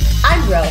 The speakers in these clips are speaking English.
Hello,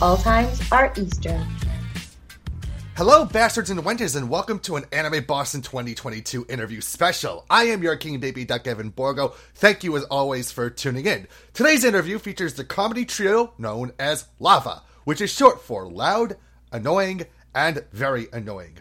all times are Eastern. Hello, bastards and wenches, and welcome to an Anime Boston 2022 interview special. I am your King Baby Duck Evan Borgo. Thank you, as always, for tuning in. Today's interview features the comedy trio known as Lava, which is short for loud, annoying, and very annoying.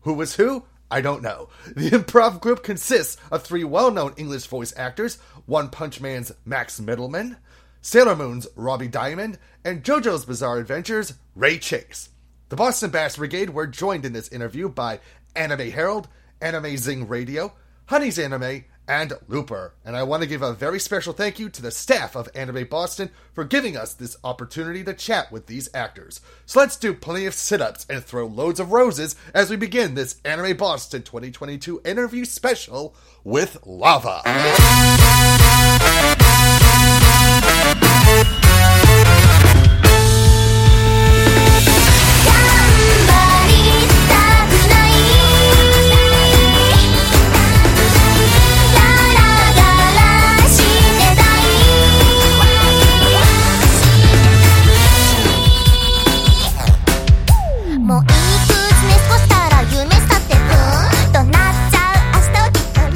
Who was who? I don't know. The improv group consists of three well known English voice actors One Punch Man's Max Middleman, Sailor Moon's Robbie Diamond, and JoJo's Bizarre Adventures' Ray Chase. The Boston Bass Brigade were joined in this interview by Anime Herald, Anime Zing Radio, Honey's Anime, and Looper. And I want to give a very special thank you to the staff of Anime Boston for giving us this opportunity to chat with these actors. So let's do plenty of sit ups and throw loads of roses as we begin this Anime Boston 2022 interview special with Lava. 「頑張りたくない」「ガラガラしてたい」「もういいくつね少したら夢さってく」「となっちゃう明日はきっと来世ある」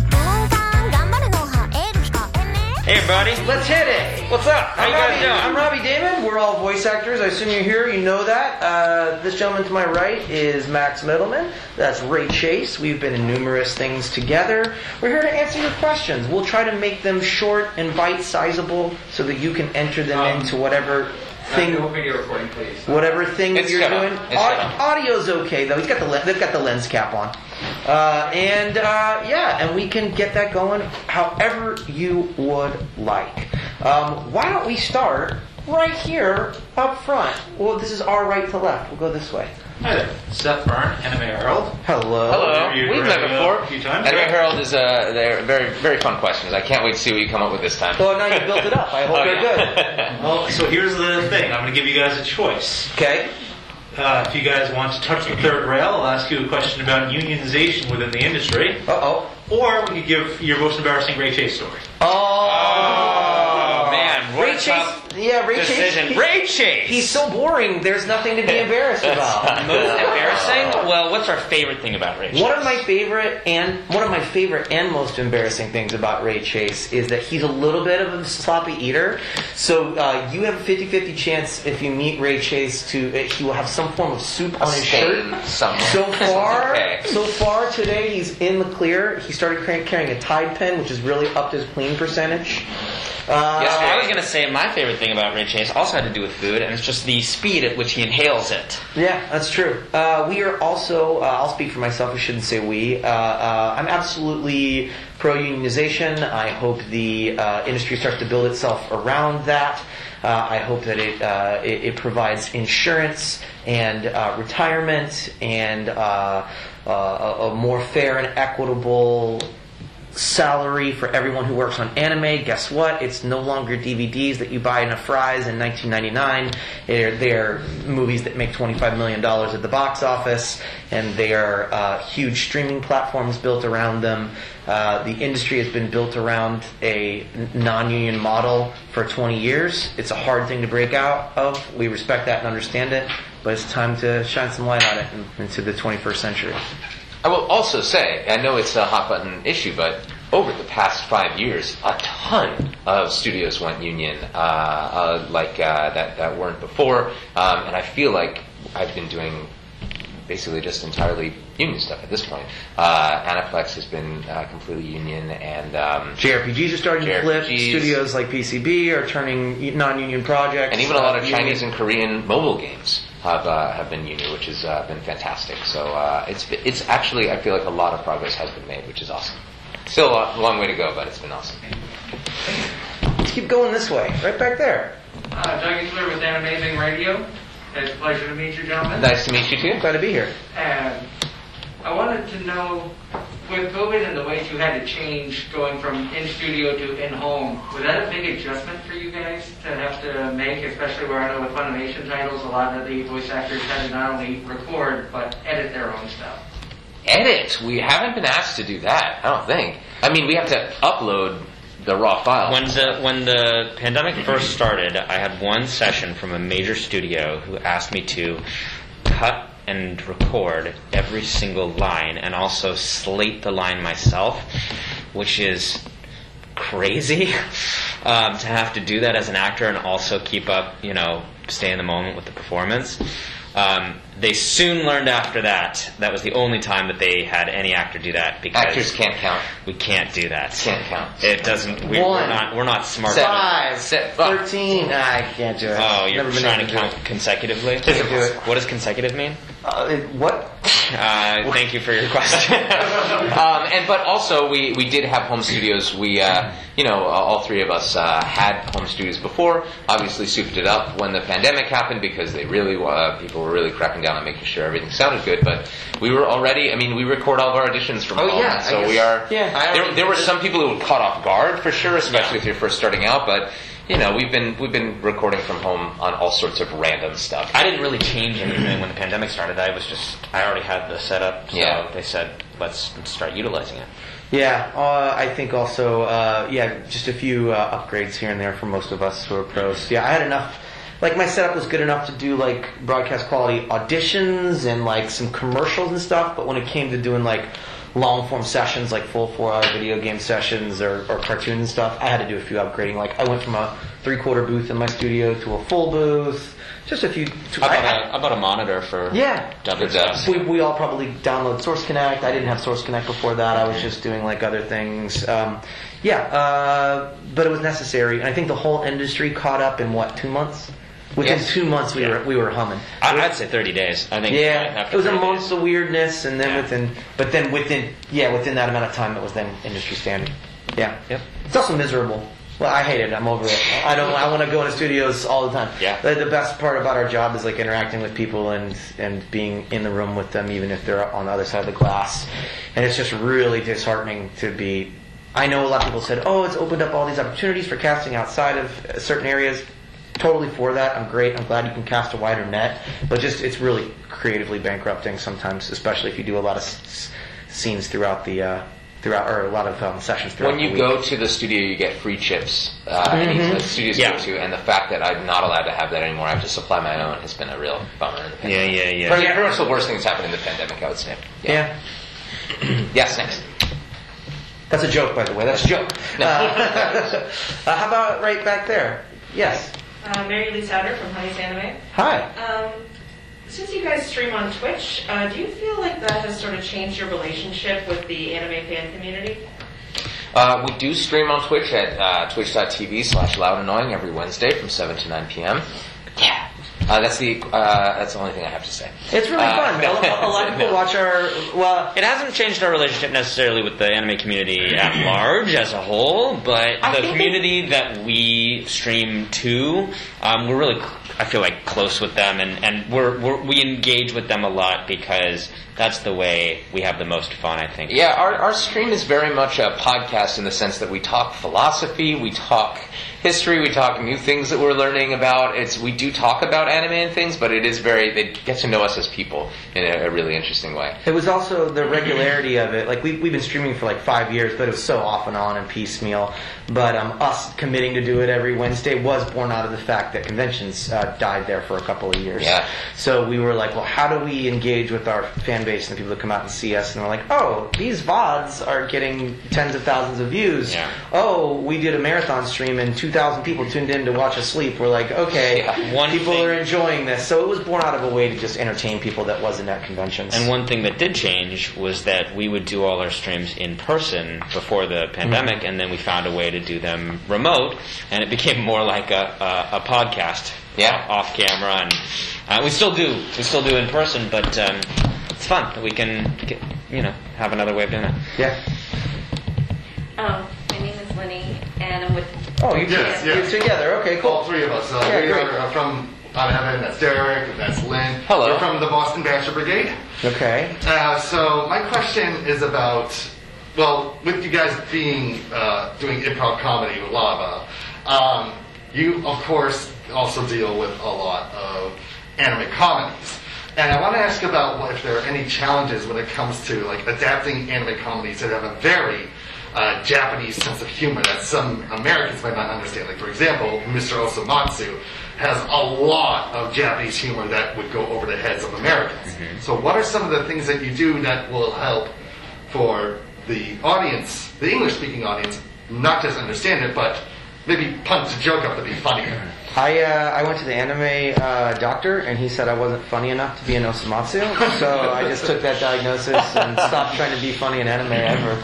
「1分間頑張るのはえる控えめ」 Hey, everybody. Let's hit it. What's up? How I'm you guys Robbie, doing? I'm Robbie Damon. We're all voice actors. I assume you're here. You know that. Uh, this gentleman to my right is Max Middleman. That's Ray Chase. We've been in numerous things together. We're here to answer your questions. We'll try to make them short and bite-sizable so that you can enter them Um, into whatever thing, video recording, please. whatever thing that It's you're shut up. doing. It's shut up. audio's okay though. He's got the le- they've got the lens cap on. Uh, and uh, yeah, and we can get that going however you would like. Um, why don't we start right here up front? Well, this is our right to left. We'll go this way. Hi there. Seth Byrne, Anime Herald. Hello. Hello. Interviewed We've met Ray before. a few times, Anime right? Herald is uh, they're very very fun questions. I can't wait to see what you come up with this time. Well, now you built it up. I hope Oh, you're yeah. good. Well, so here's the thing. I'm going to give you guys a choice. Okay. Uh, if you guys want to touch the third rail, I'll ask you a question about unionization within the industry. Uh oh. Or we could give your most embarrassing Ray Chase story. Oh. Oh, man, what Ray a Chase. tough yeah, Ray Decision. Chase. he- Ray Chase. He's so boring. There's nothing to be embarrassed about. most embarrassing. Well, what's our favorite thing about Ray? Chase? One of my favorite and one of my favorite and most embarrassing things about Ray Chase is that he's a little bit of a sloppy eater. So uh, you have a 50-50 chance if you meet Ray Chase to uh, he will have some form of soup on his stain shirt. somewhere. So far, Okay. so far today he's in the clear. He started car- carrying a Tide pen, which has really upped his clean percentage. Uh, Yeah, I was gonna say my favorite thing about Ray Chase also had to do with food, and it's just the speed at which he inhales it. Yeah, that's true. Uh, we are also, uh, I'll speak for myself, I shouldn't say we. Uh, uh, I'm absolutely pro unionization. I hope the uh, industry starts to build itself around that. Uh, I hope that it, uh, it, it provides insurance and uh, retirement and uh, uh, a, a more fair and equitable salary for everyone who works on anime. Guess what? It's no longer DVDs that you buy in a fries in 1999. They're, they're movies that make 25 million dollars at the box office, and they are uh, huge streaming platforms built around them. Uh, the industry has been built around a non-union model for 20 years. It's a hard thing to break out of. We respect that and understand it, but it's time to shine some light on it in- into the 21st century. I will also say, I know it's a hot button issue, but over the past five years, a ton of studios went union, uh, uh, like uh, that that weren't before, um, and I feel like I've been doing basically just entirely union stuff at this point. Uh, Anaplex has been uh, completely union, and um, JRPGs are starting to flip. JRPGs. Studios like PCB are turning non-union projects, and even a lot of uh, union. Chinese and Korean mobile games have uh, have been union, which has uh, been fantastic. So uh, it's it's actually I feel like a lot of progress has been made, which is awesome. Still a long way to go, but it's been awesome. Let's keep going this way, right back there. Uh, Doug Engler with Animating Radio. It's a pleasure to meet you, gentlemen. Nice to meet you too. Glad to be here. And I wanted to know, with COVID and the ways you had to change going from in studio to in home, was that a big adjustment for you guys to have to make, especially where I know with Funimation titles, a lot of the voice actors had to not only record but edit their own stuff. edit. We haven't been asked to do that. I don't think. I mean, we have to upload the raw file. When the when the pandemic first started, I had one session from a major studio who asked me to cut and record every single line and also slate the line myself, which is crazy um, to have to do that as an actor and also keep up, you know, stay in the moment with the performance. Um, they soon learned after that that was the only time that they had any actor do that because Actors can't count. we can't do that. Can't count. It doesn't. We, we're One. not. We're not smart. Seven. enough. Set- fuck. Thirteen. Ah, I can't do it. Oh, you're Never been trying able to do count it. consecutively. Can't do it. What does consecutive mean? Uh, it- what? Uh, thank you for your question. um, and but also we, we did have home studios. We uh, you know uh, all three of us uh, had home studios before. Obviously souped it up when the pandemic happened because they really uh, people were really cracking down on making sure everything sounded good. But we were already. I mean, we record all of our auditions from Oh, home, yeah, I so we guess- are. yeah. I There, already there were did. some people who were caught off guard for sure, especially if you're first starting out. But you know we've been we've been recording from home on all sorts of random stuff. I didn't really change anything when the pandemic started. I was just. I already had the setup, so Yeah. they said let's start utilizing it. Yeah, uh, I think also, uh, yeah, just a few uh, upgrades here and there for most of us who are pros. Yeah, I had enough. Like my setup was good enough to do like broadcast quality auditions and like some commercials and stuff. But when it came to doing like long form sessions, like full four hour video game sessions or, or cartoons and stuff, I had to do a few upgrading. Like I went from a three quarter booth in my studio to a full booth. Just a few. I bought a, I bought a monitor for Yeah. dubbing For dubs. stuff. We, we all probably download Source Connect. I didn't have Source Connect before that. I was just doing like other things. Um, yeah, uh, but it was necessary, and I think the whole industry caught up in what two months. Within Yes. two months, we were we were humming. I, I'd say 30 days. I think. Yeah, after it was a 30 month days. of weirdness, and then Yeah. within, but then within, yeah, within that amount of time, it was then industry standard. Yeah. Yep. It's also miserable. Well, I hate it. I'm over it. I don't. I want to go into studios all the time. Yeah. The, the best part about our job is like interacting with people and and being in the room with them, even if they're on the other side of the glass. And it's just really disheartening to be. I know a lot of people said, "Oh, it's opened up all these opportunities for casting outside of uh, certain areas." Totally for that. I'm great. I'm glad you can cast a wider net. But just it's really creatively bankrupting sometimes, especially if you do a lot of s- s- scenes throughout the uh, throughout or a lot of um, sessions throughout. When the you week. go to the studio, you get free chips. Uh, The studios Mm-hmm. Yeah. go to, and the fact that I'm not allowed to have that anymore, I have to supply my own, has been a real bummer. In the Yeah, pandemic. yeah, But I yeah. mean, pretty much the worst thing that's happened in the pandemic, I would say. yeah. Mm-hmm. Yes, next. That's a joke, by the way. That's a joke. No. Uh, how about right back there? Yes. Uh, Mary Lee Souter from Honey's Anime. Hi. Um, since you guys stream on Twitch, uh, do you feel like that has sort of changed your relationship with the anime fan community? Uh, we do stream on Twitch at uh, twitch.tv slash loudannoying every Wednesday from 7 to 9 p.m. Yeah. Uh, that's the uh, that's the only thing I have to say. It's really Uh, fun. no. A, lo- a lot of people No. watch our. Well, It hasn't changed our relationship necessarily with the anime community at large, as a whole, but I the think community that we stream to, um, we're really, cl- I feel like, close with them, and, and we're, we're, we engage with them a lot because that's the way we have the most fun, I think. Yeah, our, our stream is very much a podcast in the sense that we talk philosophy, we talk history, we talk new things that we're learning about. It's we do talk about anime and things, but it is very they get to know us as people in a, a really interesting way. It was also the regularity of it. Like we we've been streaming for like five years, but it was so off and on and piecemeal. But um, us committing to do it every Wednesday was born out of the fact that conventions uh, died there for a couple of years. Yeah. So we were like, well, how do we engage with our fan base and the people that come out and see us? And they're like, oh, these vods are getting tens of thousands of views. Yeah. Oh, we did a marathon stream and two thousand people tuned in to watch us sleep. We're like, okay, Yeah. One people thing- are enjoying this. So it was born out of a way to just entertain people that wasn't at conventions. And one thing that did change was that we would do all our streams in person before the Mm-hmm. pandemic, and then we found a way to do them remote, and it became more like a, a, a podcast, Yeah. off camera, and uh, we still do we still do in person, but um, it's fun that we can get, you know have another way of doing it. yeah. Um, my name is Lenny, and I'm with. Oh, you Yes, did. yes. You're together. Okay, All cool. three of us. Uh, Yeah, we great. are uh, from. I'm Evan. That's Derek. And that's Lynn. Hello. We're from the Boston Bachelor Brigade. Okay. Uh, so my question is about, well, with you guys being uh, doing improv comedy with Lava, um, you of course also deal with a lot of anime comedies, and I want to ask about what, if there are any challenges when it comes to like adapting anime comedies that have a very uh, Japanese sense of humor that some Americans might not understand. Like, for example, Mr. Osomatsu has a lot of Japanese humor that would go over the heads of Americans. So, what are some of the things that you do that will help for the audience, the English speaking audience, not just understand it, but maybe punch a joke up to be funnier? I uh, I went to the anime uh, doctor and he said I wasn't funny enough to be an Osamatsu, so I just took that diagnosis and stopped trying to be funny in anime ever.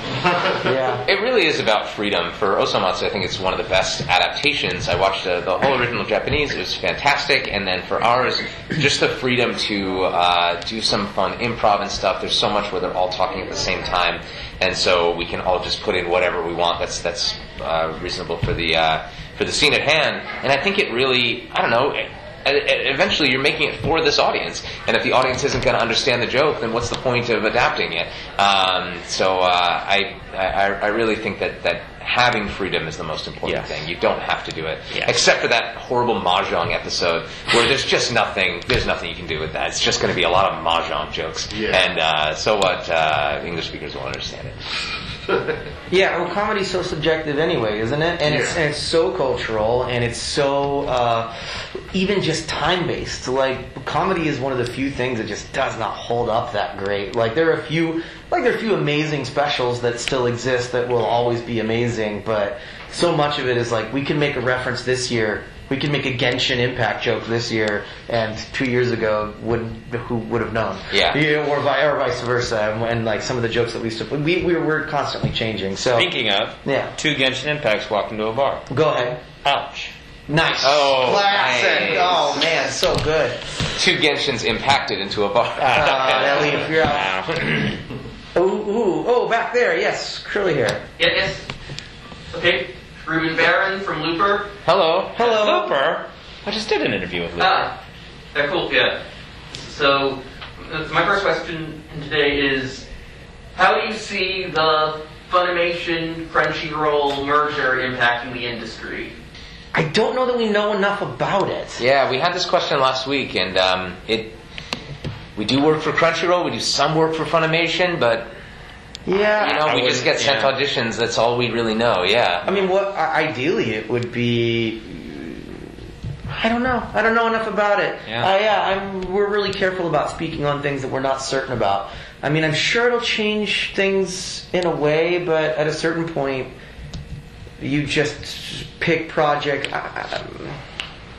Yeah. It really is about freedom. For Osamatsu, I think it's one of the best adaptations. I watched the, the whole original Japanese. It was fantastic. And then for ours, just the freedom to uh, do some fun improv and stuff. There's so much where they're all talking at the same time. And so we can all just put in whatever we want that's, that's uh, reasonable for the, uh, for the scene at hand. And I think it really, I don't know, it- and- and eventually you're making it for this audience. And if the audience isn't going to understand the joke, then what's the point of adapting it? Um, so uh, I, I, I really think that, that having freedom is the most important Yes. thing. You don't have to do it, Yes. except for that horrible mahjong episode where there's just nothing. There's nothing you can do with that. It's just going to be a lot of mahjong jokes. Yeah. And uh, so what? Uh, English speakers will understand it. Yeah, well, comedy's so subjective anyway, isn't it? And it's Yeah. and it's so cultural, and it's so uh, even just time based. Like comedy is one of the few things that just does not hold up that great. Like there are a few, like there are a few amazing specials that still exist that will always be amazing, but so much of it is like we can make a reference this year. We can make a Genshin Impact joke this year, and two years ago, would who would have known? Yeah. or, vi- or vice versa. And, and like some of the jokes that we used to, we we were constantly changing. So Thinking of Yeah. two Genshin Impacts walk into a bar. Go ahead. Ouch. Nice. Oh, classic. nice. Oh man, so good. Two Genshin's impacted into a bar. Ah, Uh, Ellie, if you're out. Ow. Ooh, ooh, oh, back there. Yes, curly hair. Yeah, yes. Okay. Ruben Barron from Looper. Hello. Hello. Looper. I just did an interview with Looper. Ah, yeah, cool. Yeah. So, uh, my first question today is, how do you see the Funimation Crunchyroll merger impacting the industry? I don't know that we know enough about it. Yeah, we had this question last week, and um, it. We do work for Crunchyroll. We do some work for Funimation, but Yeah. you know, I we just wouldn't- get sent yeah. auditions. That's all we really know. Yeah. I mean, what? I- Ideally, it would be. I don't know. I don't know enough about it. Yeah. Uh, yeah. I'm. We're really careful about speaking on things that we're not certain about. I mean, I'm sure it'll change things in a way, but at a certain point, you just pick project. I- I-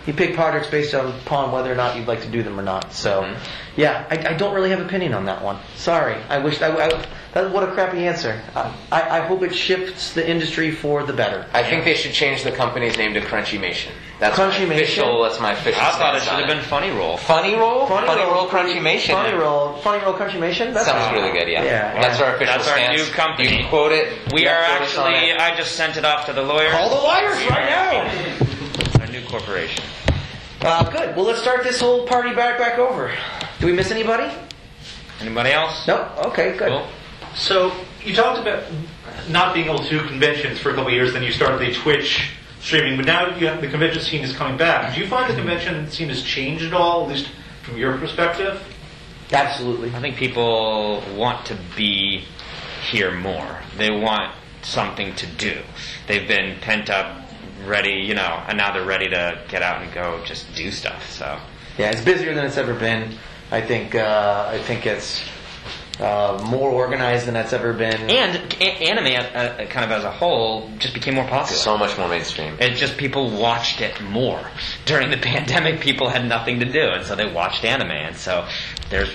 You pick projects based on- upon whether or not you'd like to do them or not. So, Mm-hmm. yeah, I, I don't really have an opinion on that one. Sorry, I wish I, I that what a crappy answer. I, I, I hope it shifts the industry for the better. I think they should change the company's name to Crunchymation. That's Crunchymation? My official, that's my official. I thought it stance should on have been Funny Roll. Funny Roll. Funny, Roll, Crunchymation. Funny roll, funny roll contribution. That's Sounds awesome. really good. Yeah. Yeah. That's our official That's our stance. new company. You can quote it. We You are quote us on actually. it. I just sent it off to the lawyer. All the lawyers right now. A new corporation. Uh, good. Well, let's start this whole party back back over. Do we miss anybody? Anybody else? No. Okay. Good. Cool. So you talked about not being able to do conventions for a couple of years, then you started the Twitch streaming, but now you have, the convention scene is coming back. Do you find the convention scene has changed at all, at least from your perspective? Absolutely. I think people want to be here more. They want something to do. They've been pent up, ready, you know, and now they're ready to get out and go just do stuff. So Yeah, it's busier than it's ever been. I think uh, I think it's uh, more organized than it's ever been. And a- anime, uh, uh, kind of as a whole, just became more popular. So much more mainstream. It's just people watched it more during the pandemic. People had nothing to do, and so they watched anime. And so there's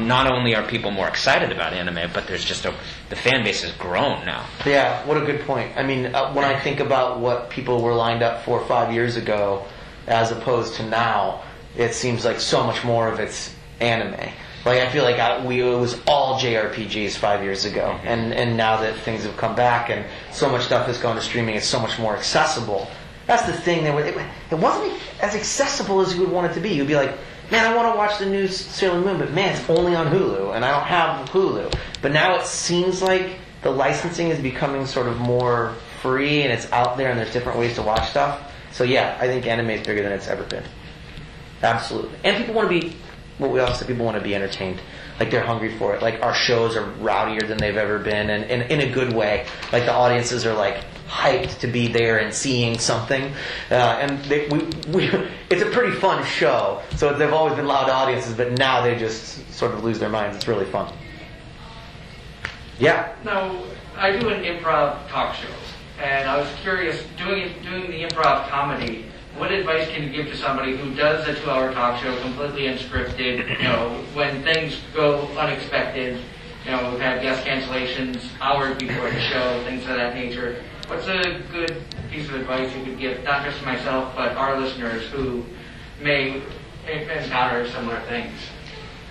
not only are people more excited about anime, but there's just a the fan base has grown now. Yeah, what a good point. I mean, uh, when I think about what people were lined up for five years ago, as opposed to now, it seems like so much more of it's anime. Like I feel like I, we it was all JRPGs five years ago, and and now that things have come back and so much stuff has gone to streaming, it's so much more accessible. That's the thing that it, it wasn't as accessible as you would want it to be. You'd be like, man, I want to watch the new Sailor Moon, but man, it's only on Hulu, and I don't have Hulu. But now it seems like the licensing is becoming sort of more free, and it's out there, and there's different ways to watch stuff. So yeah, I think anime is bigger than it's ever been. Absolutely. And people want to be, what we also said, people want to be entertained. Like they're hungry for it. Like our shows are rowdier than they've ever been, and, and in a good way. Like the audiences are like hyped to be there and seeing something. Uh, and they, we, we, it's a pretty fun show. So they've always been loud audiences, but now they just sort of lose their minds. It's really fun. Yeah. No, I do an improv talk show, and I was curious doing it, doing the improv comedy. What advice can you give to somebody who does a two-hour talk show completely unscripted? You know, when things go unexpected, you know, we've had guest cancellations hours before the show, things of that nature. What's a good piece of advice you could give, not just myself, but our listeners who may encounter similar things?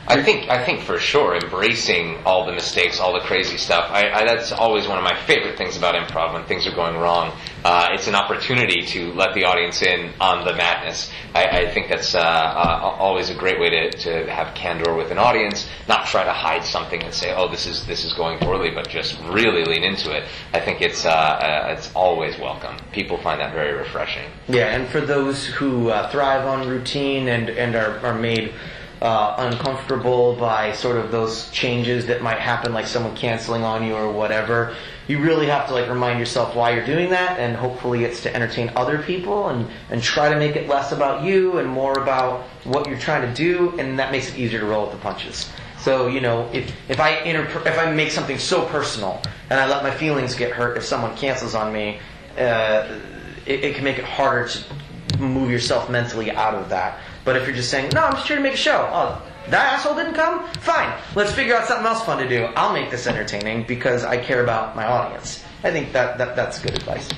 I think I think for sure embracing all the mistakes, all the crazy stuff. I, I, that's always one of my favorite things about improv. When things are going wrong, uh, it's an opportunity to let the audience in on the madness. I, I think that's uh, uh, always a great way to, to have candor with an audience. Not try to hide something and say, "Oh, this is this is going poorly," but just really lean into it. I think it's uh, uh, it's always welcome. People find that very refreshing. Yeah, and for those who uh, thrive on routine and, and are, are made uh, uncomfortable by sort of those changes that might happen, like someone canceling on you or whatever, you really have to like remind yourself why you're doing that, and hopefully it's to entertain other people and, and try to make it less about you and more about what you're trying to do, and that makes it easier to roll with the punches. So you know, if if I inter- if I make something so personal and I let my feelings get hurt if someone cancels on me, uh, it, it can make it harder to move yourself mentally out of that. But if you're just saying, no, I'm just here to make a show. Oh, that asshole didn't come. Fine, let's figure out something else fun to do. I'll make this entertaining because I care about my audience. I think that, that that's good advice.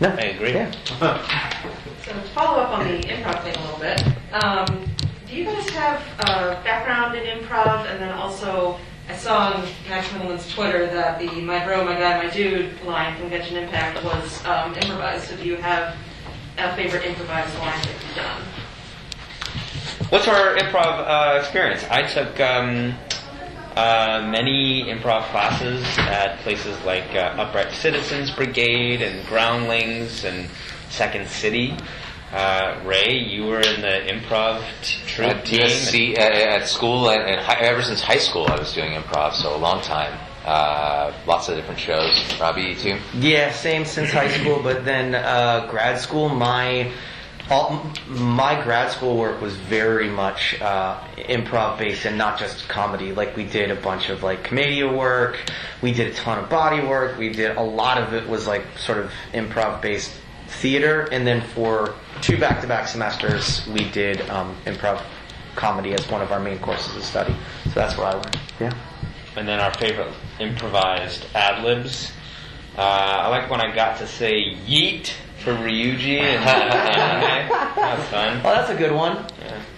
No, I agree. So to follow up on the improv thing a little bit, um, do you guys have a background in improv? And then also, I saw on Max Middleton's Twitter that the "my bro, my guy, my dude" line from Genshin Impact was um, improvised. So do you have a favorite improvised line that you've done? What's our improv uh, experience? I took um, uh, many improv classes at places like uh, Upright Citizens Brigade and Groundlings and Second City. Uh, Ray, you were in the improv t- troupe At team. TSC, at, uh, at school, and, and hi, ever since high school, I was doing improv, so a long time. Uh, lots of different shows. Robbie, you too? Yeah, same since high school, but then uh, grad school. My all, my grad school work was very much uh, improv based and not just comedy. Like we did a bunch of like comedia work, we did a ton of body work, we did a lot of it was like sort of improv based theater, and then for two back to back semesters we did um, improv comedy as one of our main courses of study. So that's where I went. Yeah. and then our favorite improvised ad libs. Uh, I like when I got to say yeet for Ryuji and anime. That was fun. Oh, that's a good one.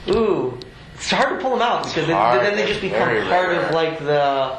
Ooh, it's hard to pull them out because then, hard. then they It's just become very part rare. of like the.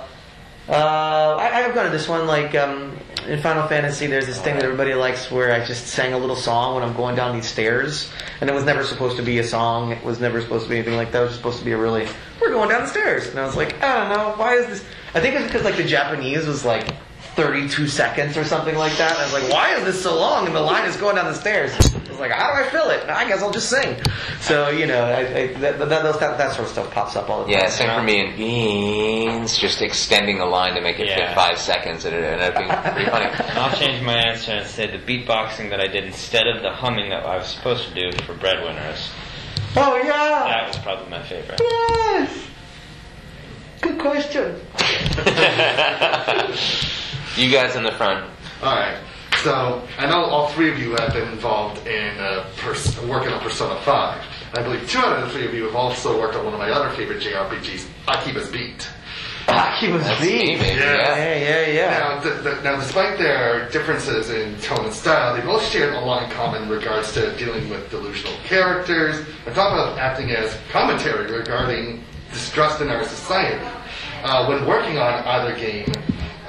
Uh, I, I've gone to this one like um, in Final Fantasy. There's this thing that everybody likes where I just sang a little song when I'm going down these stairs, and it was never supposed to be a song. It was never supposed to be anything like that. It was just supposed to be a really we're going down the stairs, and I was like, I don't know, why is this? I think it's because like the Japanese was like 32 seconds or something like that. And I was like, why is this so long? And the line is going down the stairs. I was like, how do I fill it? I guess I'll just sing. So, you know, I, I, that, that, that, that sort of stuff pops up all the time. Yeah, same for me in beans, just extending the line to make it Yeah. fit five seconds, and it ended up being pretty funny. I'll change my answer and say the beatboxing that I did instead of the humming that I was supposed to do for breadwinners. Oh, yeah. That was probably my favorite. Yes. Good question. you guys in the front. All right. So I know all three of you have been involved in uh, pers- working on Persona Five. I believe two out of the three of you have also worked on one of my other favorite JRPGs, Akiba's Beat. Akiba's That's Beat. me, baby, yeah. Yeah, yeah, yeah. Now, th- th- now, despite their differences in tone and style, they both shared a lot in common in regards to dealing with delusional characters and talk about acting as commentary regarding distrust in our society. Uh, when working on either game,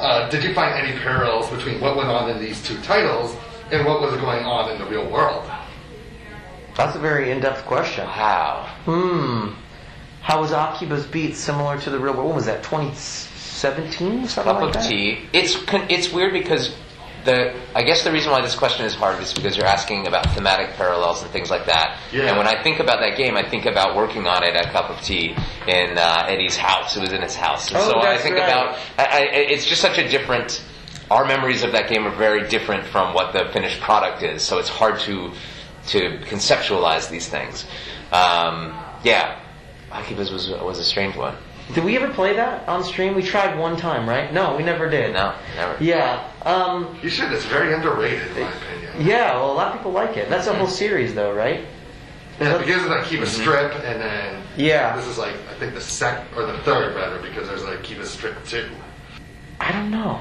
uh, did you find any parallels between what went on in these two titles and what was going on in the real world? That's a very in-depth question. Wow. Hmm. How was Akiba's beat similar to the real world? What was that? 2017? Something Cup like of that? tea. It's con- it's weird because the I guess the reason why this question is hard is because you're asking about thematic parallels and things like that. Yeah. And when I think about that game, I think about working on it at Cup of Tea in uh, Eddie's house. It was in his house, and Oh, so I that's think right. about I, I, it's just such a different. Our memories of that game are very different from what the finished product is, so it's hard to to conceptualize these things. Um, yeah, Akiba's was was a strange one. Did we ever play that on stream? We tried one time, right? No, we never did. No, never. Yeah. Um, you should. It's very underrated, in my opinion. Yeah, well, a lot of people like it. That's a Hmm. whole series, though, right? Yeah, it begins with Akiba Mm-hmm. Mhm. Strip, and then Yeah. this is like I think the second or the third, rather, because there's like Akiba Strip two. I don't know.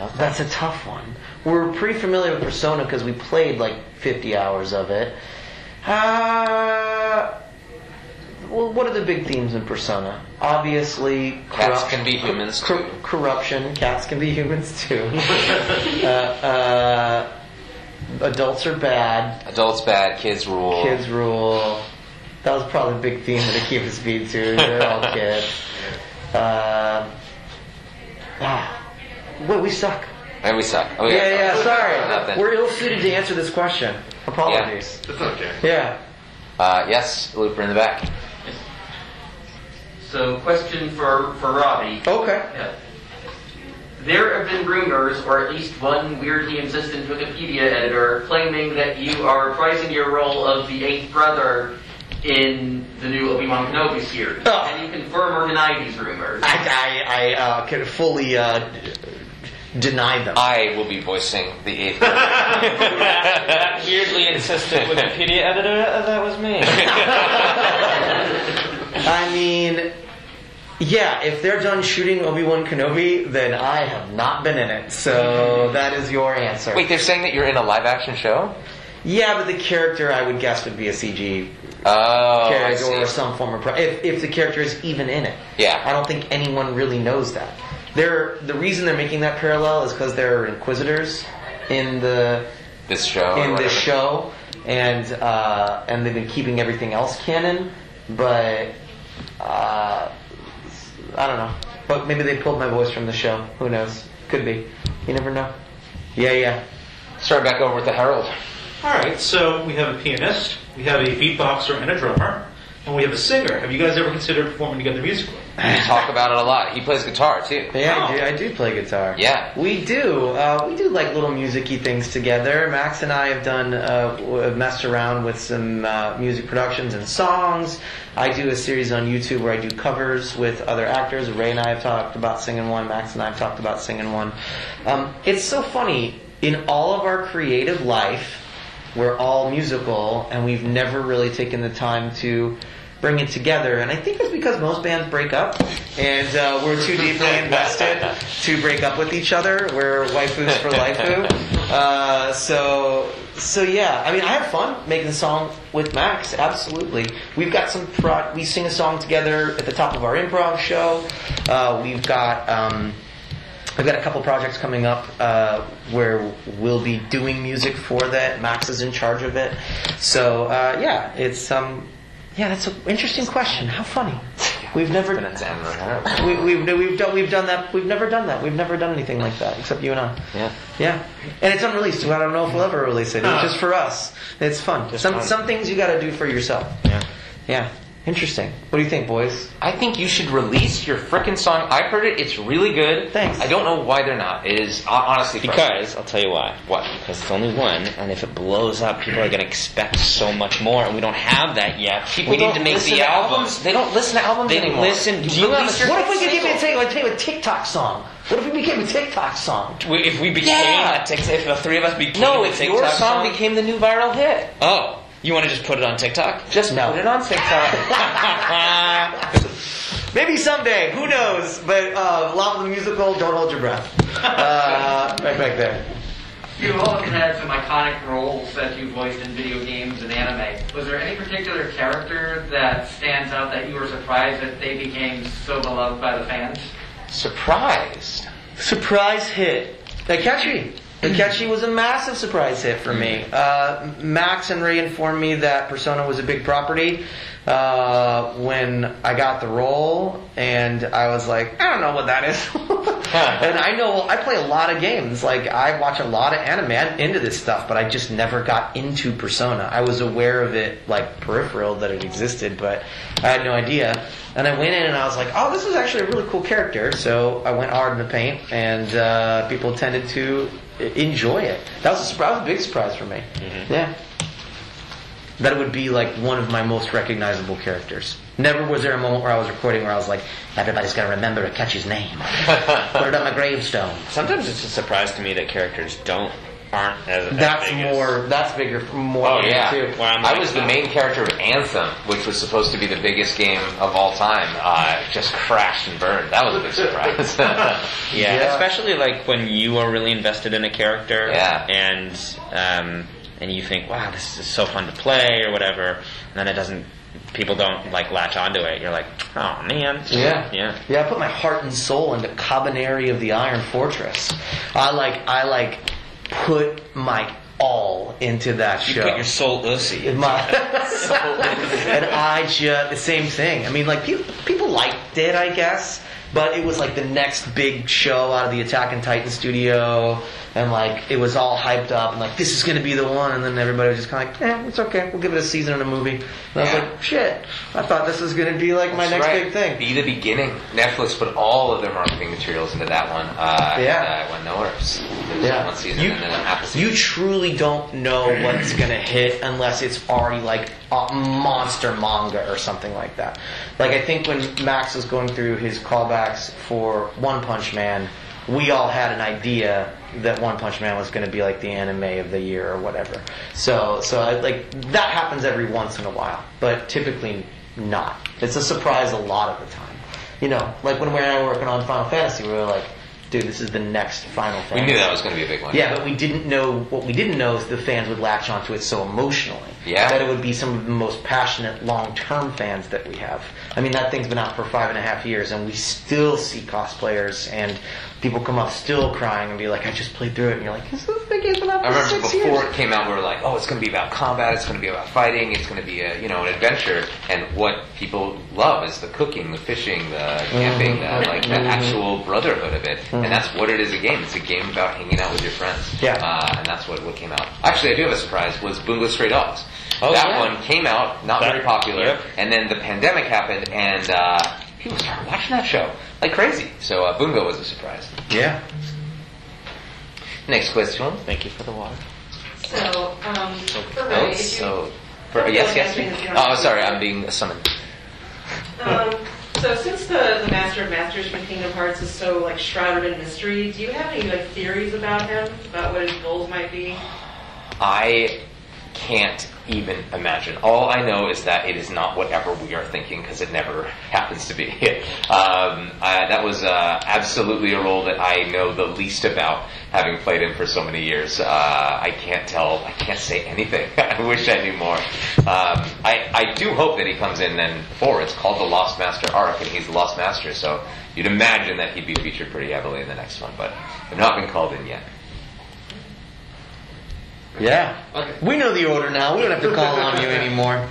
Oh That's a tough one. We're pretty familiar with Persona because we played like 50 hours of it. Uh, well, what are the big themes in Persona? Obviously, Cats corrupt- can be humans, cor- cor- corruption. Cats can be humans too. uh, uh, adults are bad. Adults bad, kids rule. Kids rule. That was probably a big theme that Akiva Speed too. They're all kids. Uh, ah, wait, we suck. And we suck. Oh, yeah, yeah, sorry. Nothing. We're ill suited to answer this question. Apologies. It's okay. Yeah. Uh, yes, Looper in the back. So, question for, for Robbie. Okay. There have been rumors, or at least one weirdly insistent Wikipedia editor, claiming that you are reprising your role of the eighth brother in the new Obi-Wan Kenobi series. Can you confirm or deny these rumors? Oh. I, I uh, can fully uh, deny them. I will be voicing the eighth. brother. that weirdly insistent Wikipedia editor, uh, that was me. I mean, yeah, if they're done shooting Obi Wan Kenobi, then I have not been in it. So that is your answer. Wait, they're saying that you're in a live action show? Yeah, but the character I would guess would be a CG Oh, I character see. or some form of pro- if if the character is even in it. Yeah. I don't think anyone really knows that. They're the reason they're making that parallel is because there are inquisitors in the this show or in whatever. this show, and uh, and they've been keeping everything else canon, but uh, I don't know. But maybe they pulled my voice from the show. Who knows? Could be. You never know. Yeah, yeah. Start back over with the Herald. All right, so we have a pianist, we have a beatboxer and a drummer, and we have a singer. Have you guys ever considered performing together musically? We talk about it a lot. He plays guitar too. Yeah, I, do, I do play guitar. Yeah. We do. Uh, we do like little musicy things together. Max and I have done uh, w- have messed around with some uh, music productions and songs. I do a series on YouTube where I do covers with other actors. Ray and I have talked about singing one. Max and I have talked about singing one. Um, it's so funny. In all of our creative life, we're all musical, and we've never really taken the time to bring it together. And I think it's because most bands break up, and uh, we're too deeply invested to break up with each other. We're waifus for laifu. Uh, so, so yeah. I mean, I have fun making the song with Max. Absolutely. We've got some. Pro- we sing a song together at the top of our improv show. Uh, we've got. Um, I've got a couple projects coming up uh, where we'll be doing music for that. Max is in charge of it, so uh, yeah, it's um, yeah, that's an interesting question. How funny! We've never. Never. We, we've we've done we've done that. We've never done that. We've never done anything like that except you and I. Yeah. Yeah. And it's unreleased, so I don't know if we'll ever release it. It's just for us. It's fun. some fun. some things you got to do for yourself. Yeah. Yeah. Interesting. What do you think, boys? I think you should release your frickin' song. I've heard it. It's really good. Thanks. I don't know why they're not. It is uh, honestly frustrating. Because I'll tell you why. What? Because it's only one, and if it blows up, people are going to expect so much more, and we don't have that yet. People we need don't to make listen the to album. albums. They don't listen to albums They anymore. listen. Do you release your what if we single. could give you a, take, like, take a TikTok song? What if we became a TikTok song? We- If we became Yeah. a TikTok, if the three of us became No, a Oh, if TikTok your song, became the new viral hit, oh, you want to just put it on TikTok? just put it on TikTok. Maybe someday. Who knows? But uh, love the musical. Don't hold your breath. Uh, right back there. You've always had some iconic roles that you voiced in video games and anime. Was there any particular character that stands out that you were surprised that they became so beloved by the fans? Surprised. Surprise hit. The catchy. The catchy was a massive surprise hit for me. Uh, Max and Ray informed me that Persona was a big property uh, when I got the role, and I was like, I don't know what that is. and I know I play a lot of games. Like I watch a lot of anime. I'm into this stuff, but I just never got into Persona. I was aware of it, like peripheral that it existed, but I had no idea. And I went in and I was like, oh, this is actually a really cool character. So I went hard in the paint, and uh, people tended to e- enjoy it. That was a, surpri- that was a big surprise for me. Mm-hmm. Yeah. That it would be like one of my most recognizable characters. Never was there a moment where I was recording where I was like, everybody's gonna remember Akachi's name. Put it on my gravestone. Sometimes it's a surprise to me that characters don't aren't as. as That's big as- more. That's bigger. More. Oh than yeah, Too. Where I'm I like, was the main character of Anthem, which was supposed to be the biggest game of all time. Uh, just crashed and burned. That was a big surprise. Yeah, Yeah. especially like when you are really invested in a character. Yeah. And um, and you think, wow, this is so fun to play or whatever, and then it doesn't. People don't like latch onto it. You're like, oh man. Yeah. Yeah. Yeah, I put my heart and soul into Cabaneri of the Iron Fortress. I like. I like. Put my all into that You show. put your soul ussy. In my- and I just the same thing. I mean, like people people liked it, I guess, but it was like the next big show out of the Attack and Titan studio, and like it was all hyped up and like this is gonna be the one, and then everybody was just kind of like, eh, it's okay, we'll give it a season and a movie. And I was Yeah. like, shit, I thought this was gonna be like my That's next right. big thing. Be the beginning. Netflix put all of their marketing materials into that one. Uh, Yeah. And, uh, it went nowhere. It was Yeah. one season You- and then half a season. You truly don't know what's gonna hit unless it's already like a monster manga or something like that. Like I think when Max was going through his callbacks for One Punch Man, we all had an idea that One Punch Man was gonna be like the anime of the year or whatever. So so I, like that happens every once in a while, but typically not. It's a surprise a lot of the time. You know, like when we and I were working on Final Fantasy, we were like, dude, this is the next Final Fantasy. we knew that was going to be a big one. Yeah, but we didn't know what we didn't know is the fans would latch onto it so emotionally. Yeah. That it would be some of the most passionate long-term fans that we have. I mean, that thing's been out for five and a half years, and we still see cosplayers and people come up still crying and be like, "I just played through it," and you're like, "This is the game's been out I for remember six before years." it came out, we were like, "Oh, it's going to be about combat. It's going to be about fighting. It's going to be a you know an adventure." And what people love is the cooking, the fishing, the camping, Mm-hmm. the like the actual brotherhood of it. And that's what it is a game. It's a game about hanging out with your friends. Yeah. Uh, and that's what what came out. Actually, I do have a surprise. Was Bungo Stray Dogs? Oh, that yeah. one came out, not That- very popular, yep. and then the pandemic happened, and uh, people started watching that show like crazy. So uh, Bungo was a surprise. Yeah. Next question. Thank you for the water. So, um, for Oh, Ray, if you, so. For, yes, yes. yes. Oh, sorry, I'm being summoned. um, so since the, the Master of Masters from Kingdom Hearts is so like shrouded in mystery, do you have any like theories about him, about what his goals might be? I can't even imagine. All I know is that it is not whatever we are thinking because it never happens to be. um, I, that was uh, absolutely a role that I know the least about, having played in for so many years. Uh, I can't tell. I can't say anything. I wish I knew more. Um, I, I do hope that he comes in then four. It's called the Lost Master arc, and he's the Lost Master, so you'd imagine that he'd be featured pretty heavily in the next one. But I've not been called in yet. Yeah. Okay. We know the order now. We don't have to call on you anymore.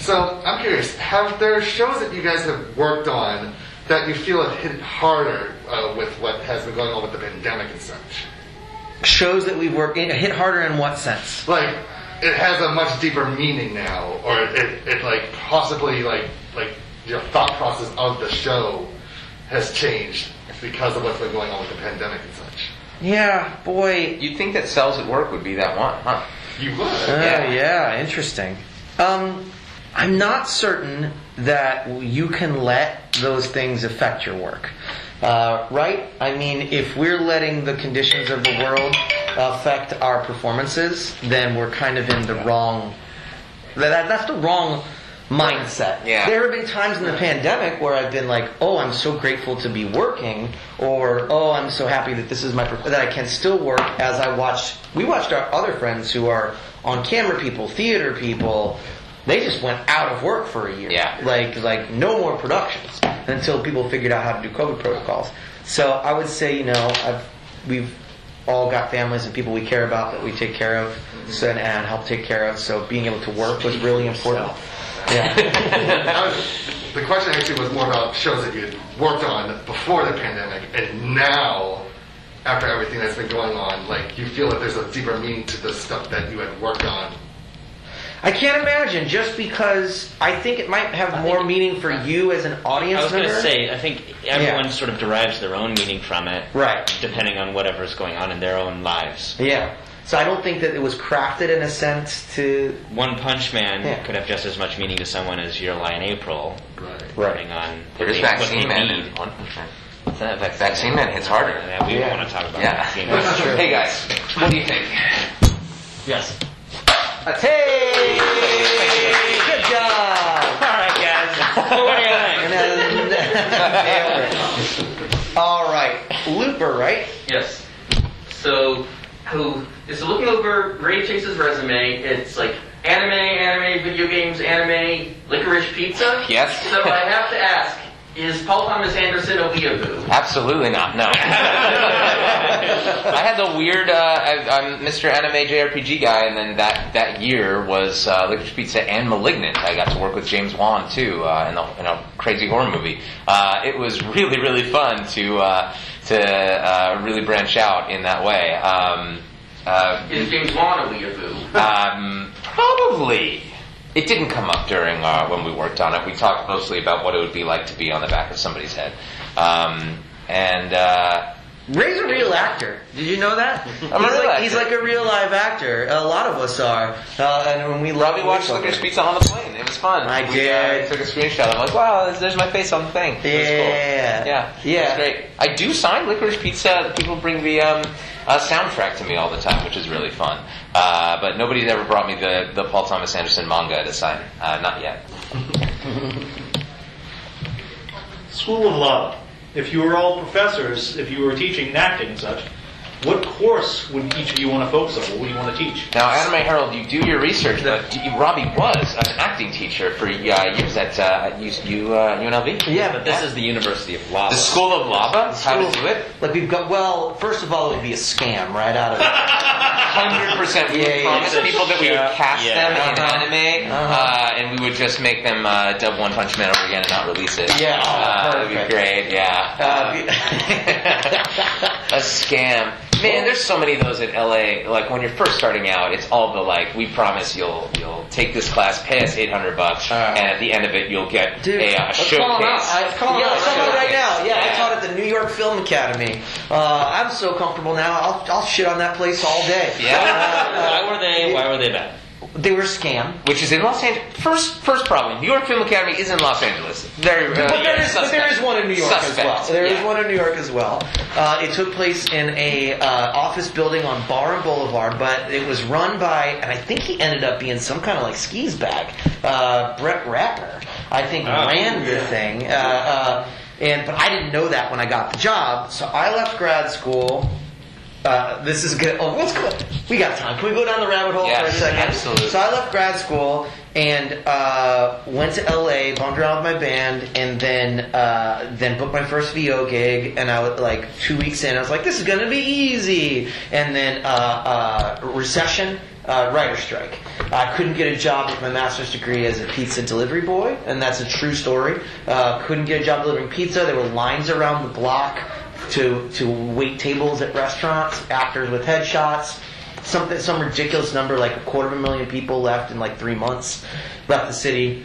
So I'm curious, have there shows that you guys have worked on that you feel have hit harder uh, with what has been going on with the pandemic and such? Shows that we've worked in hit harder in what sense? Like it has a much deeper meaning now, or it, it like possibly like like your thought process of the show has changed because of what's been going on with the pandemic and such. Yeah, boy. You'd think that cells at work would be that one, huh? You would. Oh, yeah, interesting. Um, I'm not certain that you can let those things affect your work. Uh, right? I mean, if we're letting the conditions of the world affect our performances, then we're kind of in the wrong. That, that's the wrong mindset. Yeah. There have been times in the pandemic where I've been like, "Oh, I'm so grateful to be working," or "Oh, I'm so happy that this is my that I can still work." As I watched, we watched our other friends who are on camera people, theater people. They just went out of work for a year. Yeah. Like like no more productions until people figured out how to do COVID protocols. So I would say, you know, I've we've all got families and people we care about that we take care of so, and, and help take care of. So being able to work was really important. I was- the question actually was more about shows that you had worked on before the pandemic, and now, after everything that's been going on, like you feel that there's a deeper meaning to the stuff that you had worked on. I can't imagine just because I think it might have more meaning for you as an audience I was going to member. say, I think everyone sort of derives their own meaning from it, right? Depending on whatever's going on in their own lives. Yeah. So I don't think that it was crafted in a sense to One Punch Man Yeah. could have just as much meaning to someone as Your Lie in April, right. depending on There what is they- what Vaccine they Man need. in One Punch Man. What's that? Vac- Vaccine Man hits harder. Yeah, we don't wanna talk about yeah. Vaccine Man. That's true. hey guys, what do you think? Yes. Uh, Hey! Good job! All right, guys. What do you think? All right. Looper, right? Yes. So, who is looking over Ray Chase's resume? It's like anime, anime, video games, anime, licorice pizza. Yes. So uh, I have to ask: Is Paul Thomas Anderson a weeaboo? Absolutely not. No. I had the weird. Uh, I, I'm Mr. Anime JRPG guy, and then that that year was uh, Licorice Pizza and Malignant. I got to work with James Wan too uh, in, a, in a crazy horror movie. Uh, it was really really fun to uh, to uh, really branch out in that way. Um, uh, Is James Wan a weeaboo? um, probably. It didn't come up during uh, when we worked on it. We talked mostly about what it would be like to be on the back of somebody's head. Um, and uh, Ray's a real actor. Did you know that? I'm a he's, real like, actor. he's like a real live actor. A lot of us are. Uh, and when we Robbie watched Looper- Licorice Pizza on the plane. It was fun. I did. Uh, took a screenshot. I'm like, wow, there's, there's my face on the thing. It was Yeah. cool. Yeah. Yeah. It was great. I do sign Licorice Pizza. People bring the um, uh, soundtrack to me all the time, which is really fun. Uh, but nobody's ever brought me the, the Paul Thomas Anderson manga to sign. Uh, not yet. School of Law. If you were all professors, if you were teaching and acting and such, what course would each of you want to focus on? What would you want to teach? Now, Anime Herald, you do your research, but you- Robbie was an acting teacher for uh, years at uh, U, U, uh, UNLV. Yeah, but this that- is the University of Lava. The School of Lava? How to do it? Oh. Like we've got. Well, first of all, it would be a scam right out of it. Hundred percent. We Yeah, would yeah, promise yeah. people that we would Yeah. cast Yeah. them in Uh-huh. anime, uh and we would just make them uh, dub One Punch Man over again and not release it. Yeah. Oh, uh, that'd be Perfect. Uh, great. Yeah, Uh, a scam. Man, there's so many of those at LA. Like when you're first starting out, it's all the like, we promise you'll you'll take this class, pay us 800 bucks, and at the end of it, you'll get a, uh, Uh-huh. Let's call him out. showcase. I, call him Yeah, out. Let's call him out right showcase. now. Yeah, I taught at the New York Film Academy. Uh, I'm so comfortable now. I'll, I'll shit on that place all day. Uh, why were they? Why were they bad? They were scam. Which is in Los Angeles. First, first problem. New York Film Academy is in Los Angeles. Very, But, there is, but there suspect. is one in New York as Suspect. well. There is Yeah. one in New York as well. Uh, it took place in a uh, office building on Barra Boulevard, but it was run by, and I think he ended up being some kind of like skis bag. Uh, Brett Rapper, I think, Oh, ran the yeah. thing. Uh, uh, and but I didn't know that when I got the job, so I left grad school. Uh, this is good. Oh, let's go. We got time. Can we go down the rabbit hole for a Yes, second? absolutely. So I left grad school and uh, went to LA, bombed around with my band, and then uh, then booked my first VO gig. And I was like two weeks in, I was like, "This is gonna be easy." And then uh, uh, recession, uh, writer strike. I couldn't get a job with my master's degree as a pizza delivery boy, and that's a true story. Uh, couldn't get a job delivering pizza. There were lines around the block to to wait tables at restaurants, actors with headshots something some ridiculous number like a quarter of a million people left in like three months left the city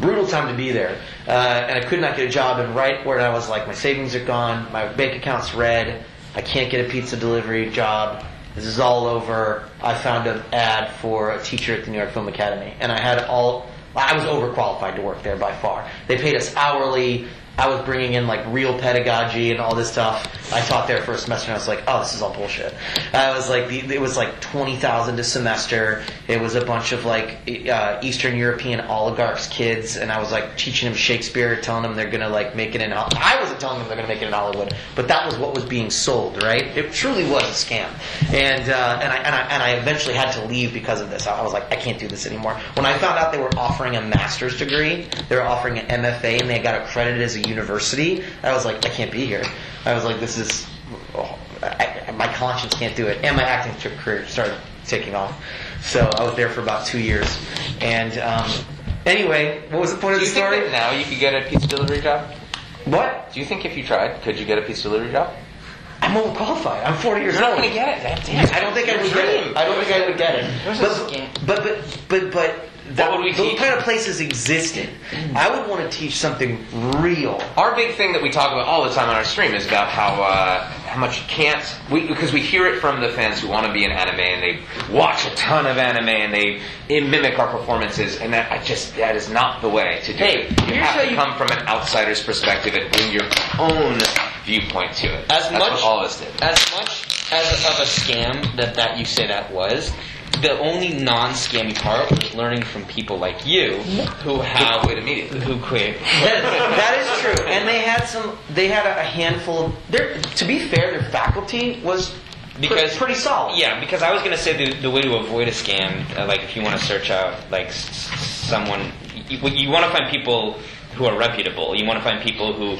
brutal time to be there uh, and i could not get a job and right where i was like my savings are gone my bank account's red i can't get a pizza delivery job this is all over i found an ad for a teacher at the new york film academy and i had all i was overqualified to work there by far they paid us hourly I was bringing in like real pedagogy and all this stuff. I taught there for a semester and I was like, oh, this is all bullshit. I was like, the, it was like 20,000 a semester. It was a bunch of like uh, Eastern European oligarchs kids and I was like teaching them Shakespeare, telling them they're gonna like make it in, Hol- I wasn't telling them they're gonna make it in Hollywood, but that was what was being sold, right? It truly was a scam. And, uh, and I, and I, and I eventually had to leave because of this. I was like, I can't do this anymore. When I found out they were offering a master's degree, they were offering an MFA and they got accredited as a university, I was like, I can't be here. I was like, this is, oh, I, I- my conscience can't do it. And my acting t- career started taking off. So I was there for about two years. And, um, anyway, what was the point of the story? now you could get a pizza delivery job? What? Do you think if you tried, could you get a pizza delivery job? I'm overqualified. I'm 40 years You're not old. gonna get it. God damn it. I don't think I Your would get dream. it. I don't think I would get There's it. a But but but but but that, those kind of places existed. I would want to teach something real. Our big thing that we talk about all the time on our stream is about how uh, how much you can't we, because we hear it from the fans who want to be an anime and they watch a ton of anime and they mimic our performances and that I just that is not the way to do it. You here's have how to you- come from an outsider's perspective and bring your own viewpoint to it. As That's much what all this did. as much as of a scam that that you say that was. The only non-scammy part was learning from people like you who have quit immediately. Who quit? that is true. And they had some. They had a handful. Of, their, to be fair, their faculty was because pretty solid. Yeah, because I was gonna say the, the way to avoid a scam, uh, like if you want to search out like s- s- someone, you, you want to find people who are reputable. You want to find people who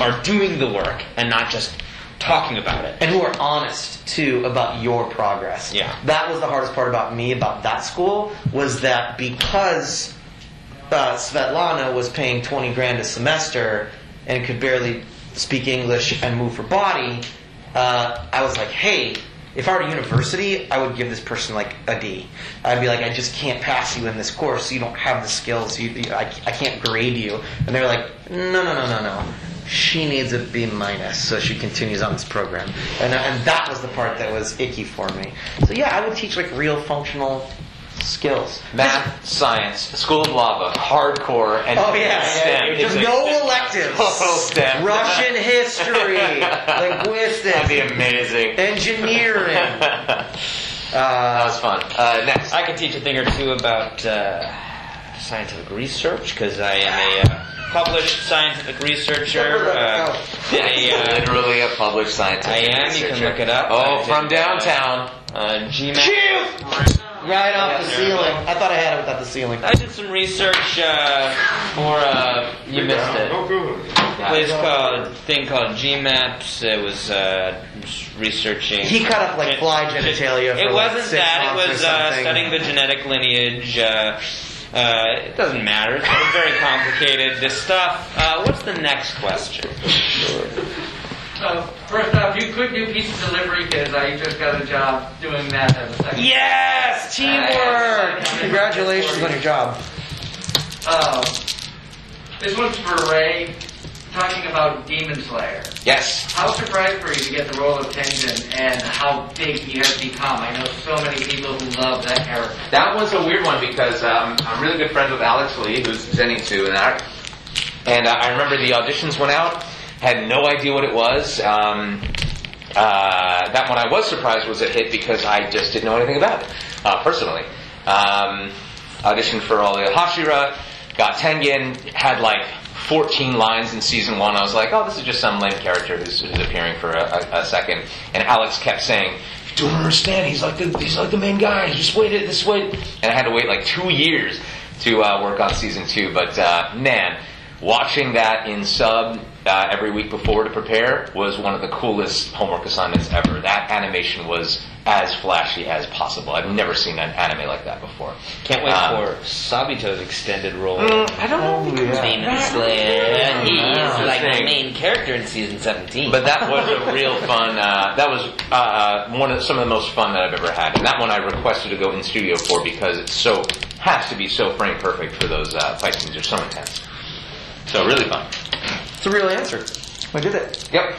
are doing the work and not just talking about it. and who are honest too about your progress. Yeah, that was the hardest part about me about that school was that because uh, Svetlana was paying twenty grand a semester and could barely speak English and move her body, uh, I was like, hey. If I were at a university, I would give this person like a D. I'd be like, I just can't pass you in this course. You don't have the skills. You, you- I, I can't grade you. And they're like, no, no, no, no, no she needs a B minus, so she continues on this program. And, and that was the part that was icky for me. So yeah, I would teach like real functional skills. Math, science, School of Lava, hardcore, and oh yeah, STEM. yeah, yeah. just It's a- no electives. Total STEM. Russian history, linguistics. That'd be amazing. Engineering. that was fun. Uh, next, I could teach a thing or two about uh, scientific research because I am a uh, published scientific researcher. Uh, I, uh, literally a published scientific. I am. You can researcher. look it up. Oh, I from did, uh, downtown. Uh, Gmail. Right off the ceiling. I thought I had it without the ceiling. I did some research uh, for uh, you missed it. A place uh, called thing called GMAPS. It was uh, researching. He cut up like fly genitalia. For It like, wasn't six that. months It or was uh, something. studying the genetic lineage. Uh, uh, it doesn't matter. It's very complicated. This stuff. Uh, what's the next question? So, first off, you could do pizza delivery because I just got a job doing that as a second. Yes, teamwork. Congratulations on your job. Um, this one's for Ray, talking about Demon Slayer. Yes. How surprised were you to get the role of Tenzin and how big he has become? I know so many people who love that character. That was a weird one because um, I'm really good friends with Alex Lee, who's presenting to, and I, and uh, I remember the auditions went out, had no idea what it was. Um, uh, that one I was surprised was a hit because I just didn't know anything about it uh, personally. Um, auditioned for all the Hashira, got Tengen, had like 14 lines in season one. I was like, oh, this is just some lame character who's, who's appearing for a, a, a second. And Alex kept saying, you don't understand. He's like the he's like the main guy. Just wait it this way. And I had to wait like two years to uh, work on season two. But uh, man, watching that in sub uh, every week before to prepare was one of the coolest homework assignments ever. That animation was as flashy as possible. I've never seen an anime like that before. Can't wait Um, for Sabito's extended role. Mm, I don't know. Because Demon Slayer. He is like the main character in season 17. But that was a real fun. Uh, that was uh, uh, one of some of the most fun that I've ever had, and that one I requested to go in studio for because it's so has to be so frame perfect for those uh, fight scenes. They're so intense. So really fun. It's a real answer. I did it. Yep.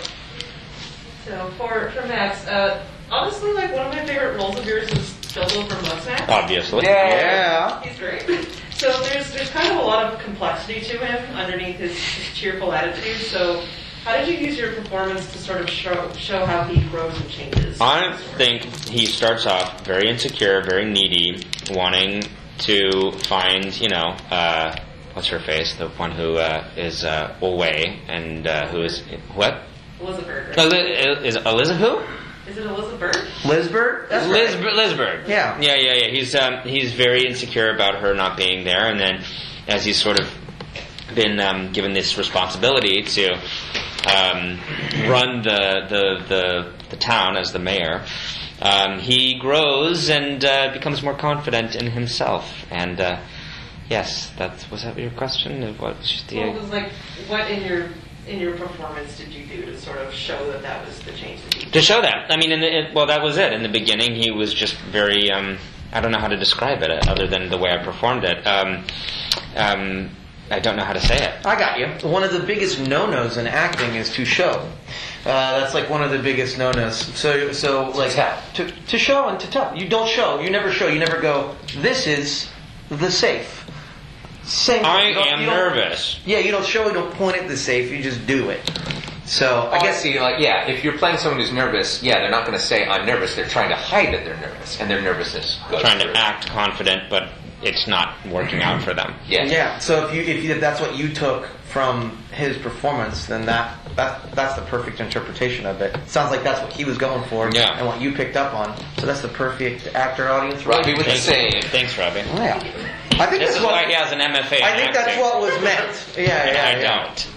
So for for Max, uh, honestly, like one of my favorite roles of yours is Dildo from Love Max. Obviously. He's great. So there's there's kind of a lot of complexity to him underneath his, his cheerful attitude. So how did you use your performance to sort of show show how he grows and changes? I think he starts off very insecure, very needy, wanting to find, you know, uh, what's her face? The one who uh, is uh, away and uh, who is. What? Elizabeth. No, Li- is Eliza who? Is it Elizabeth? Lisbert? That's Liz, right. Lisberg. Yeah. Yeah, yeah, yeah. He's um, he's very insecure about her not being there, and then as he's sort of been um, given this responsibility to um, run the, the the the town as the mayor, um, he grows and uh, becomes more confident in himself. And uh, yes, that was that your question. Of What the, Well, it was like what in your in your performance did you do to sort of show that that was the change that he to show that. I mean, in the, in, well, that was it. In the beginning, he was just very. Um, I don't know how to describe it uh, other than the way I performed it. Um, um, I don't know how to say it. I got you. One of the biggest no-nos in acting is to show. Uh, that's like one of the biggest no-nos. So, so like to to show and to tell. You don't show. You never show. You never go. This is the safe. Same. thing. I You don't- am you don't- nervous. Yeah, you don't show. You don't point at the safe. You just do it. So Oh, I guess see, like, yeah, if you're playing someone who's nervous, yeah, they're not going to say I'm nervous. They're trying to hide that they're nervous, and their nervousness goes Trying through. to act confident, but it's not working out for them. Yeah. So if you if, you, if that's what you took from his performance, then that that that's the perfect interpretation of it. Sounds like that's what he was going for, Yeah. and what you picked up on. So that's the perfect actor audience. Robbie, role. would you say? Thanks, Robbie. Yeah. I this think that's is what- why he has an MFA. I in think that's acting. what was meant. Yeah, yeah, I yeah. Mm-hmm. don't.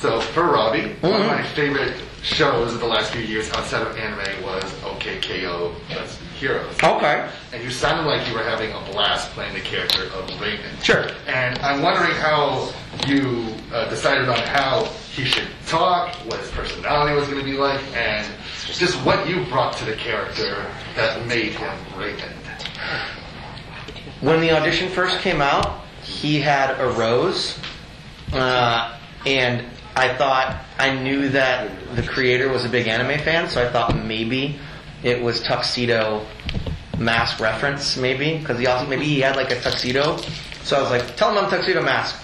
So for Robbie, one of my favorite shows of the last few years outside of anime was OKKO. That's Heroes. Okay. And you sounded like you were having a blast playing the character of Raymond. Sure. And I'm wondering how you uh, decided on how he should talk, what his personality was going to be like, and just what you brought to the character that made him Raymond. When the audition first came out, he had a rose, uh, and I thought I knew that the creator was a big anime fan, so I thought maybe it was tuxedo mask reference, maybe because he also maybe he had like a tuxedo. So I was like, tell him I'm tuxedo mask,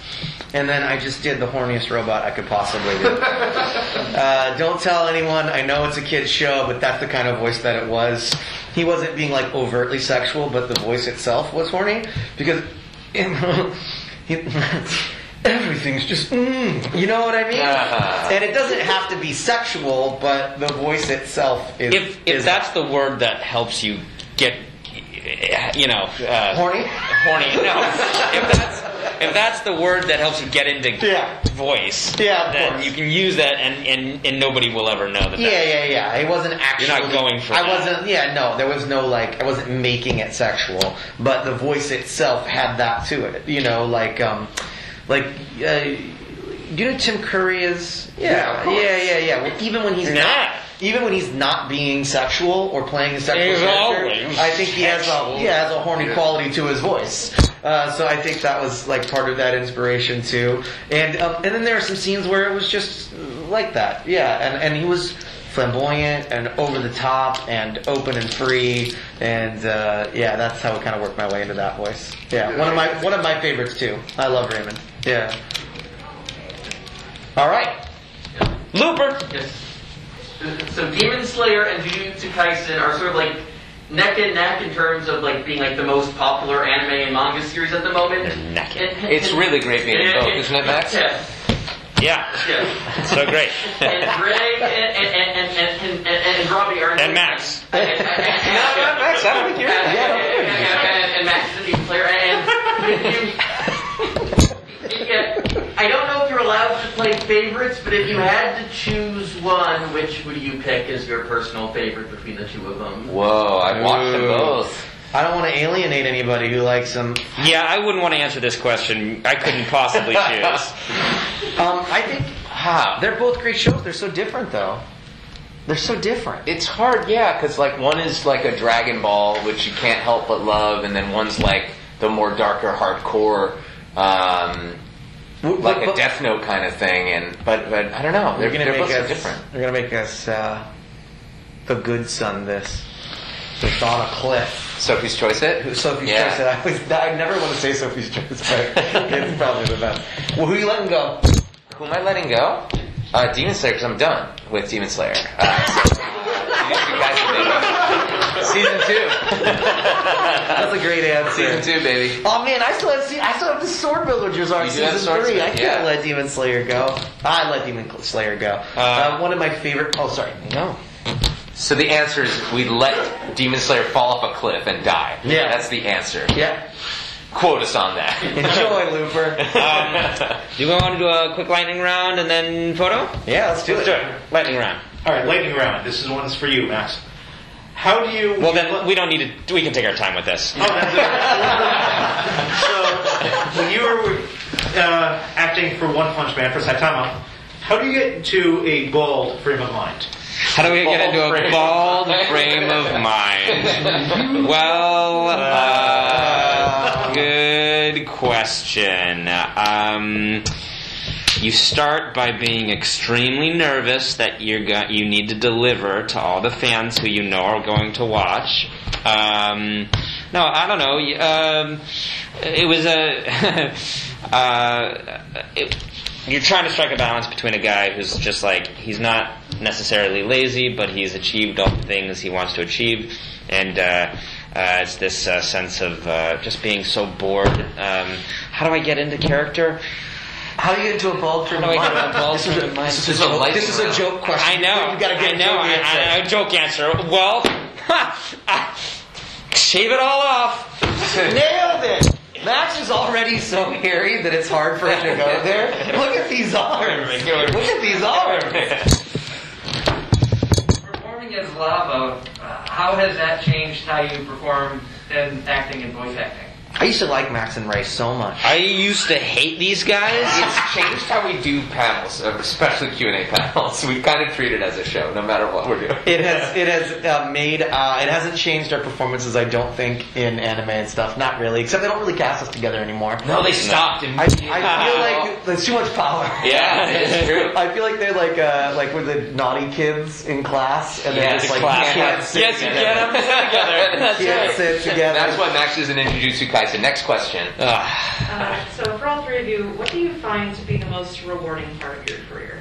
and then I just did the horniest robot I could possibly do. Uh, don't tell anyone. I know it's a kid's show, but that's the kind of voice that it was. He wasn't being like overtly sexual, but the voice itself was horny because you know, he- everything's just, mm, you know what I mean? Ah. And it doesn't have to be sexual, but the voice itself is. If if that's the word that helps you get, you know, uh, horny, horny. No, if that's if that's the word that helps you get into voice, Yeah, of then course. you can use that, and and, and nobody will ever know that. Yeah, that's- yeah, yeah. It wasn't actually. You're not going for I that. wasn't. Yeah, no. There was no like. I wasn't making it sexual, but the voice itself had that to it. You know, like, um, like, uh, you know, Tim Curry is. Yeah, of Yeah, course. yeah, yeah, yeah. Well, even when he's Nah. not. Even when he's not being sexual or playing a sexual He's always character, I think he has sexual. a yeah has a horny Yeah. quality to his voice. Uh, so I think that was like part of that inspiration too. And um, and then there are some scenes where it was just like that. Yeah, and and he was flamboyant and over the top and open and free and uh, yeah, that's how I kind of worked my way into that voice. Yeah, one of my one of my favorites too. I love Raymond. Yeah. All right. Looper. So Demon Slayer and Jujutsu Kaisen are sort of like neck and neck in terms of like being like the most popular anime and manga series at the moment. Neck. And- It's really great being Yeah, both, yeah. isn't it, Max? Yeah. Yeah. Yeah. So great. And Greg and, and, and, and, and, and, and Robbie are And Max. Max, I don't think you're. And, and, and, and Max is even player. And if you, yeah, I don't know if you're allowed to play favorites, but if you had to choose one, which would you pick as your personal favorite between the two of them? Whoa, I've watched them both. I don't want to alienate anybody who likes them. Yeah, I wouldn't want to answer this question. I couldn't possibly choose. um, I think they're both great shows. They're so different, though. They're so different. It's hard, yeah, because like one is like a Dragon Ball, which you can't help but love, and then one's like the more darker, hardcore, um, like a Death Note kind of thing. And but but I don't know, they're, They're gonna they're make both so us- different. They're gonna make us uh, the good son. This. It's on a cliff. Sophie's Choice it? Sophie's Yeah. Choice. it. I, was, I never want to say Sophie's Choice, but it's probably the best. Well, who are you letting go? Who am I letting go? Uh, Demon Slayer, because I'm done with Demon Slayer. Uh, so, you guys have been- season two. That's a great answer. Season two, baby. Oh man, I still have se- I still have the Sword Villagers arc You do have season Swords, three. I can't yeah. let Demon Slayer go. I let Demon Slayer go. Uh, one of my favorite. Oh, sorry. No. So the answer is we let Demon Slayer fall off a cliff and die. Yeah, that's the answer. Yeah. Quote us on that. Enjoy, Looper. Um, do we want to do a quick lightning round and then photo? Yeah, let's do Let's do it. it. Lightning round. All right, lightning round. This is one's for you, Max. How do you? Well, then we don't need to. We can take our time with this. when you were uh, acting for One Punch Man for Saitama, how do you get to a bald frame of mind? How do we get into a bald frame of mind? Well, uh, good question. Um, you start by being extremely nervous that you're go- you need to deliver to all the fans who you know are going to watch. Um, no, I don't know. Y- Um, it was a. uh, it, you're trying to strike a balance between a guy who's just like he's not necessarily lazy, but he's achieved all the things he wants to achieve, and uh, uh, it's this uh, sense of uh, just being so bored. Um, how do I get into character? How do you get into a bald frame How do I get of into mind? a bald This is a- frame of mind? this is a joke- this is a joke I question. know. You gotta get I a know. joke I- I, answer. I, joke answer. Well, shave it all off. Nailed it. Max is already so hairy that it's hard for him to go there. Look at these arms. Look at these arms. Performing as Lava, uh, how has that changed how you perform in acting and voice acting? I used to like Max and Ray so much. I used to hate these guys. It's changed how we do panels, uh, especially Q and A panels. We kind of treat it as a show, no matter what we're doing. It has it has uh, made uh, it hasn't changed our performances. I don't think in anime and stuff. Not really, except they don't really cast us together anymore. No, they stopped I, I feel like there's too much power. Yeah, it's true. I feel like they're like uh, like with the naughty kids in class, and Yeah, they're just the like class. can't sit Yes, you together. get 'em together. That's can't right. sit together. That's why Max is an Jujutsu Kaisen. Next question. Uh, so for all three of you, what do you find to be the most rewarding part of your career?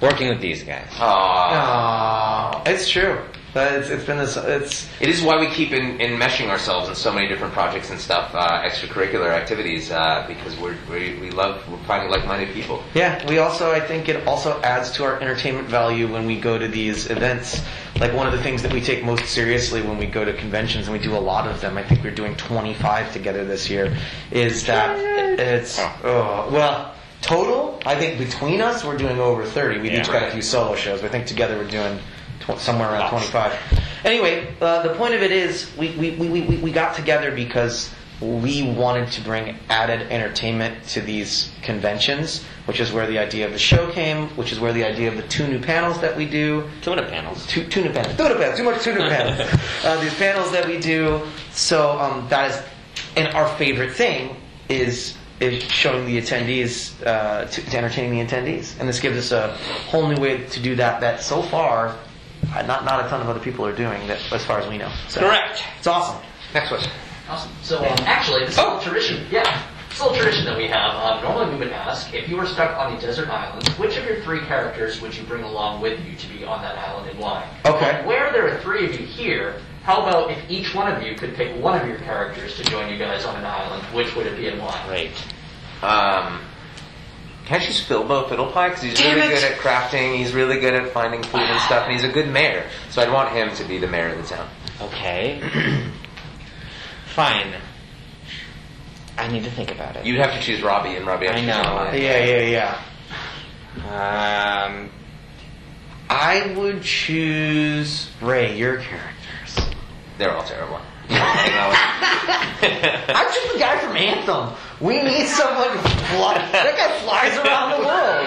Working with these guys. Aww. It's true. But it's, it's been this. It's It is why we keep in, enmeshing ourselves in so many different projects and stuff, uh, extracurricular activities, uh, because we're, we we love we're finding like-minded people. yeah. We also I think it also adds to our entertainment value when we go to these events. Like one of the things that we take most seriously when we go to conventions, and we do a lot of them. I think we're doing 25 together this year. Is that it's oh, well total? I think between us we're doing over 30. We've Yeah. each got a few solo shows, but I think together we're doing tw- somewhere around 25. Anyway, uh, the point of it is we, we, we, we, we got together because we wanted to bring added entertainment to these conventions, which is where the idea of the show came, which is where the idea of the two new panels that we do. Tuna panels. Two, tuna panels. Tuna panels. Too much tuna panels. uh, these panels that we do. So um, that is, and our favorite thing is is showing the attendees uh, to, to entertaining the attendees, and this gives us a whole new way to do that. That so far, uh, not not a ton of other people are doing that, as far as we know. So, Correct. It's awesome. Next question. Awesome. So um, actually, this is a tradition. Yeah, it's a little tradition that we have. Um, normally, we would ask if you were stuck on a desert island, which of your three characters would you bring along with you to be on that island and why? Okay. Where there are three of you here, how about if each one of you could pick one of your characters to join you guys on an island? Which would it be and why? Great. Um, Can't you spill Bo Fiddlepie? Because he's Damn it. really good at crafting, he's really good at finding food and stuff, and he's a good mayor. So I'd want him to be the mayor of the town. Okay. Fine. I need to think about it. You'd have to choose Robbie, and Robbie has I to choose know. Robbie. yeah, yeah. Um, I would choose Ray. Your characters. They're all terrible. I'm just the guy from Anthem. We need someone to fly. That guy flies around the world.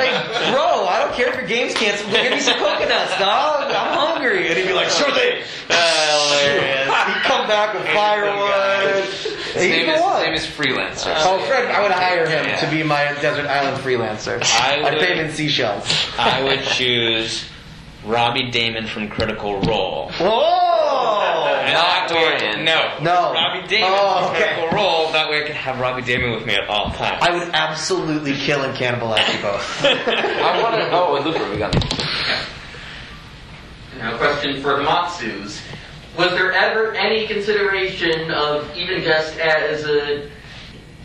Like, bro, I don't care if your game's canceled. Go give me some coconuts, dog. I'm hungry. And he'd be like, sure thing. Uh, hilarious. He'd come back with firewood. His He'd name go is, on. his name is Freelancer. Oh, Fred, I would hire him Yeah. to be my desert island freelancer. I I'd pay would- him in seashells. I would choose Robbie Damon from Critical Role. Whoa! Not Dorian. No. No. Robbie Damon Oh, from okay. Critical Role. That way I could have Robbie Damon with me at all times. I would absolutely kill and cannibalize you both. I want to. Oh, and Looper, we got Now, question for the Matsus. Was there ever any consideration of, even just as a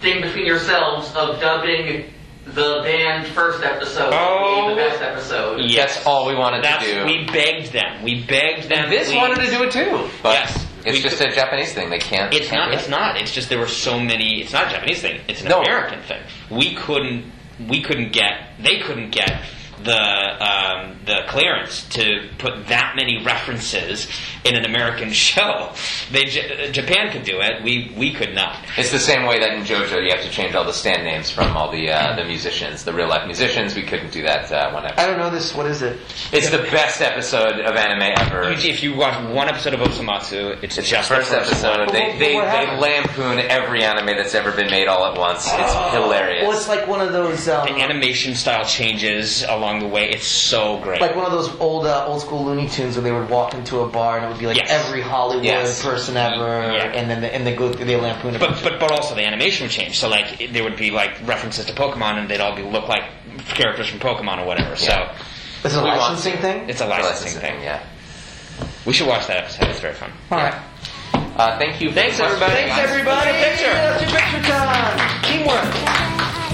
thing between yourselves, of dubbing the band first episode Oh. to be the best episode? Yes. all we wanted That's, to do. We begged them. We begged them. and this please. wanted to do it too. But yes. It's We just could- a Japanese thing. They can't. It's can't not. do It's it. not. It's just there were so many. It's not a Japanese thing. It's an No. American thing. We couldn't. We couldn't get. They couldn't get the um, the clearance to put that many references in an American show. They J- Japan could do it. We we could not. It's the same way that in JoJo you have to change all the stand names from all the uh, the musicians, the real life musicians. We couldn't do that uh, one episode. I don't know this. What is it? It's the best episode of anime ever. Usually If you watch one episode of Osomatsu, it's, just First the first episode, One. they, they, what they happened? lampoon every anime that's ever been made all at once. It's hilarious. Well, it's like one of those, um, Oh. The animation style changes along the way. It's so great. like one of those old, uh, old school Looney Tunes where they would walk into a bar and it would be like Yes. every Hollywood Yes. person ever, Yeah. and then they, and they go through, they lampoon a bunch But, but but also the animation would change. So like it- there would be like references to Pokemon, and they'd all be look like characters from Pokemon or whatever. So of. Is it a we want licensing to. it's thing? a It's a licensing, licensing thing. yeah. We should watch that episode. It's very fun. All right. Uh, thank you. For Thanks, the question, everybody. guys. Let's get a picture. That's your picture time. Teamwork.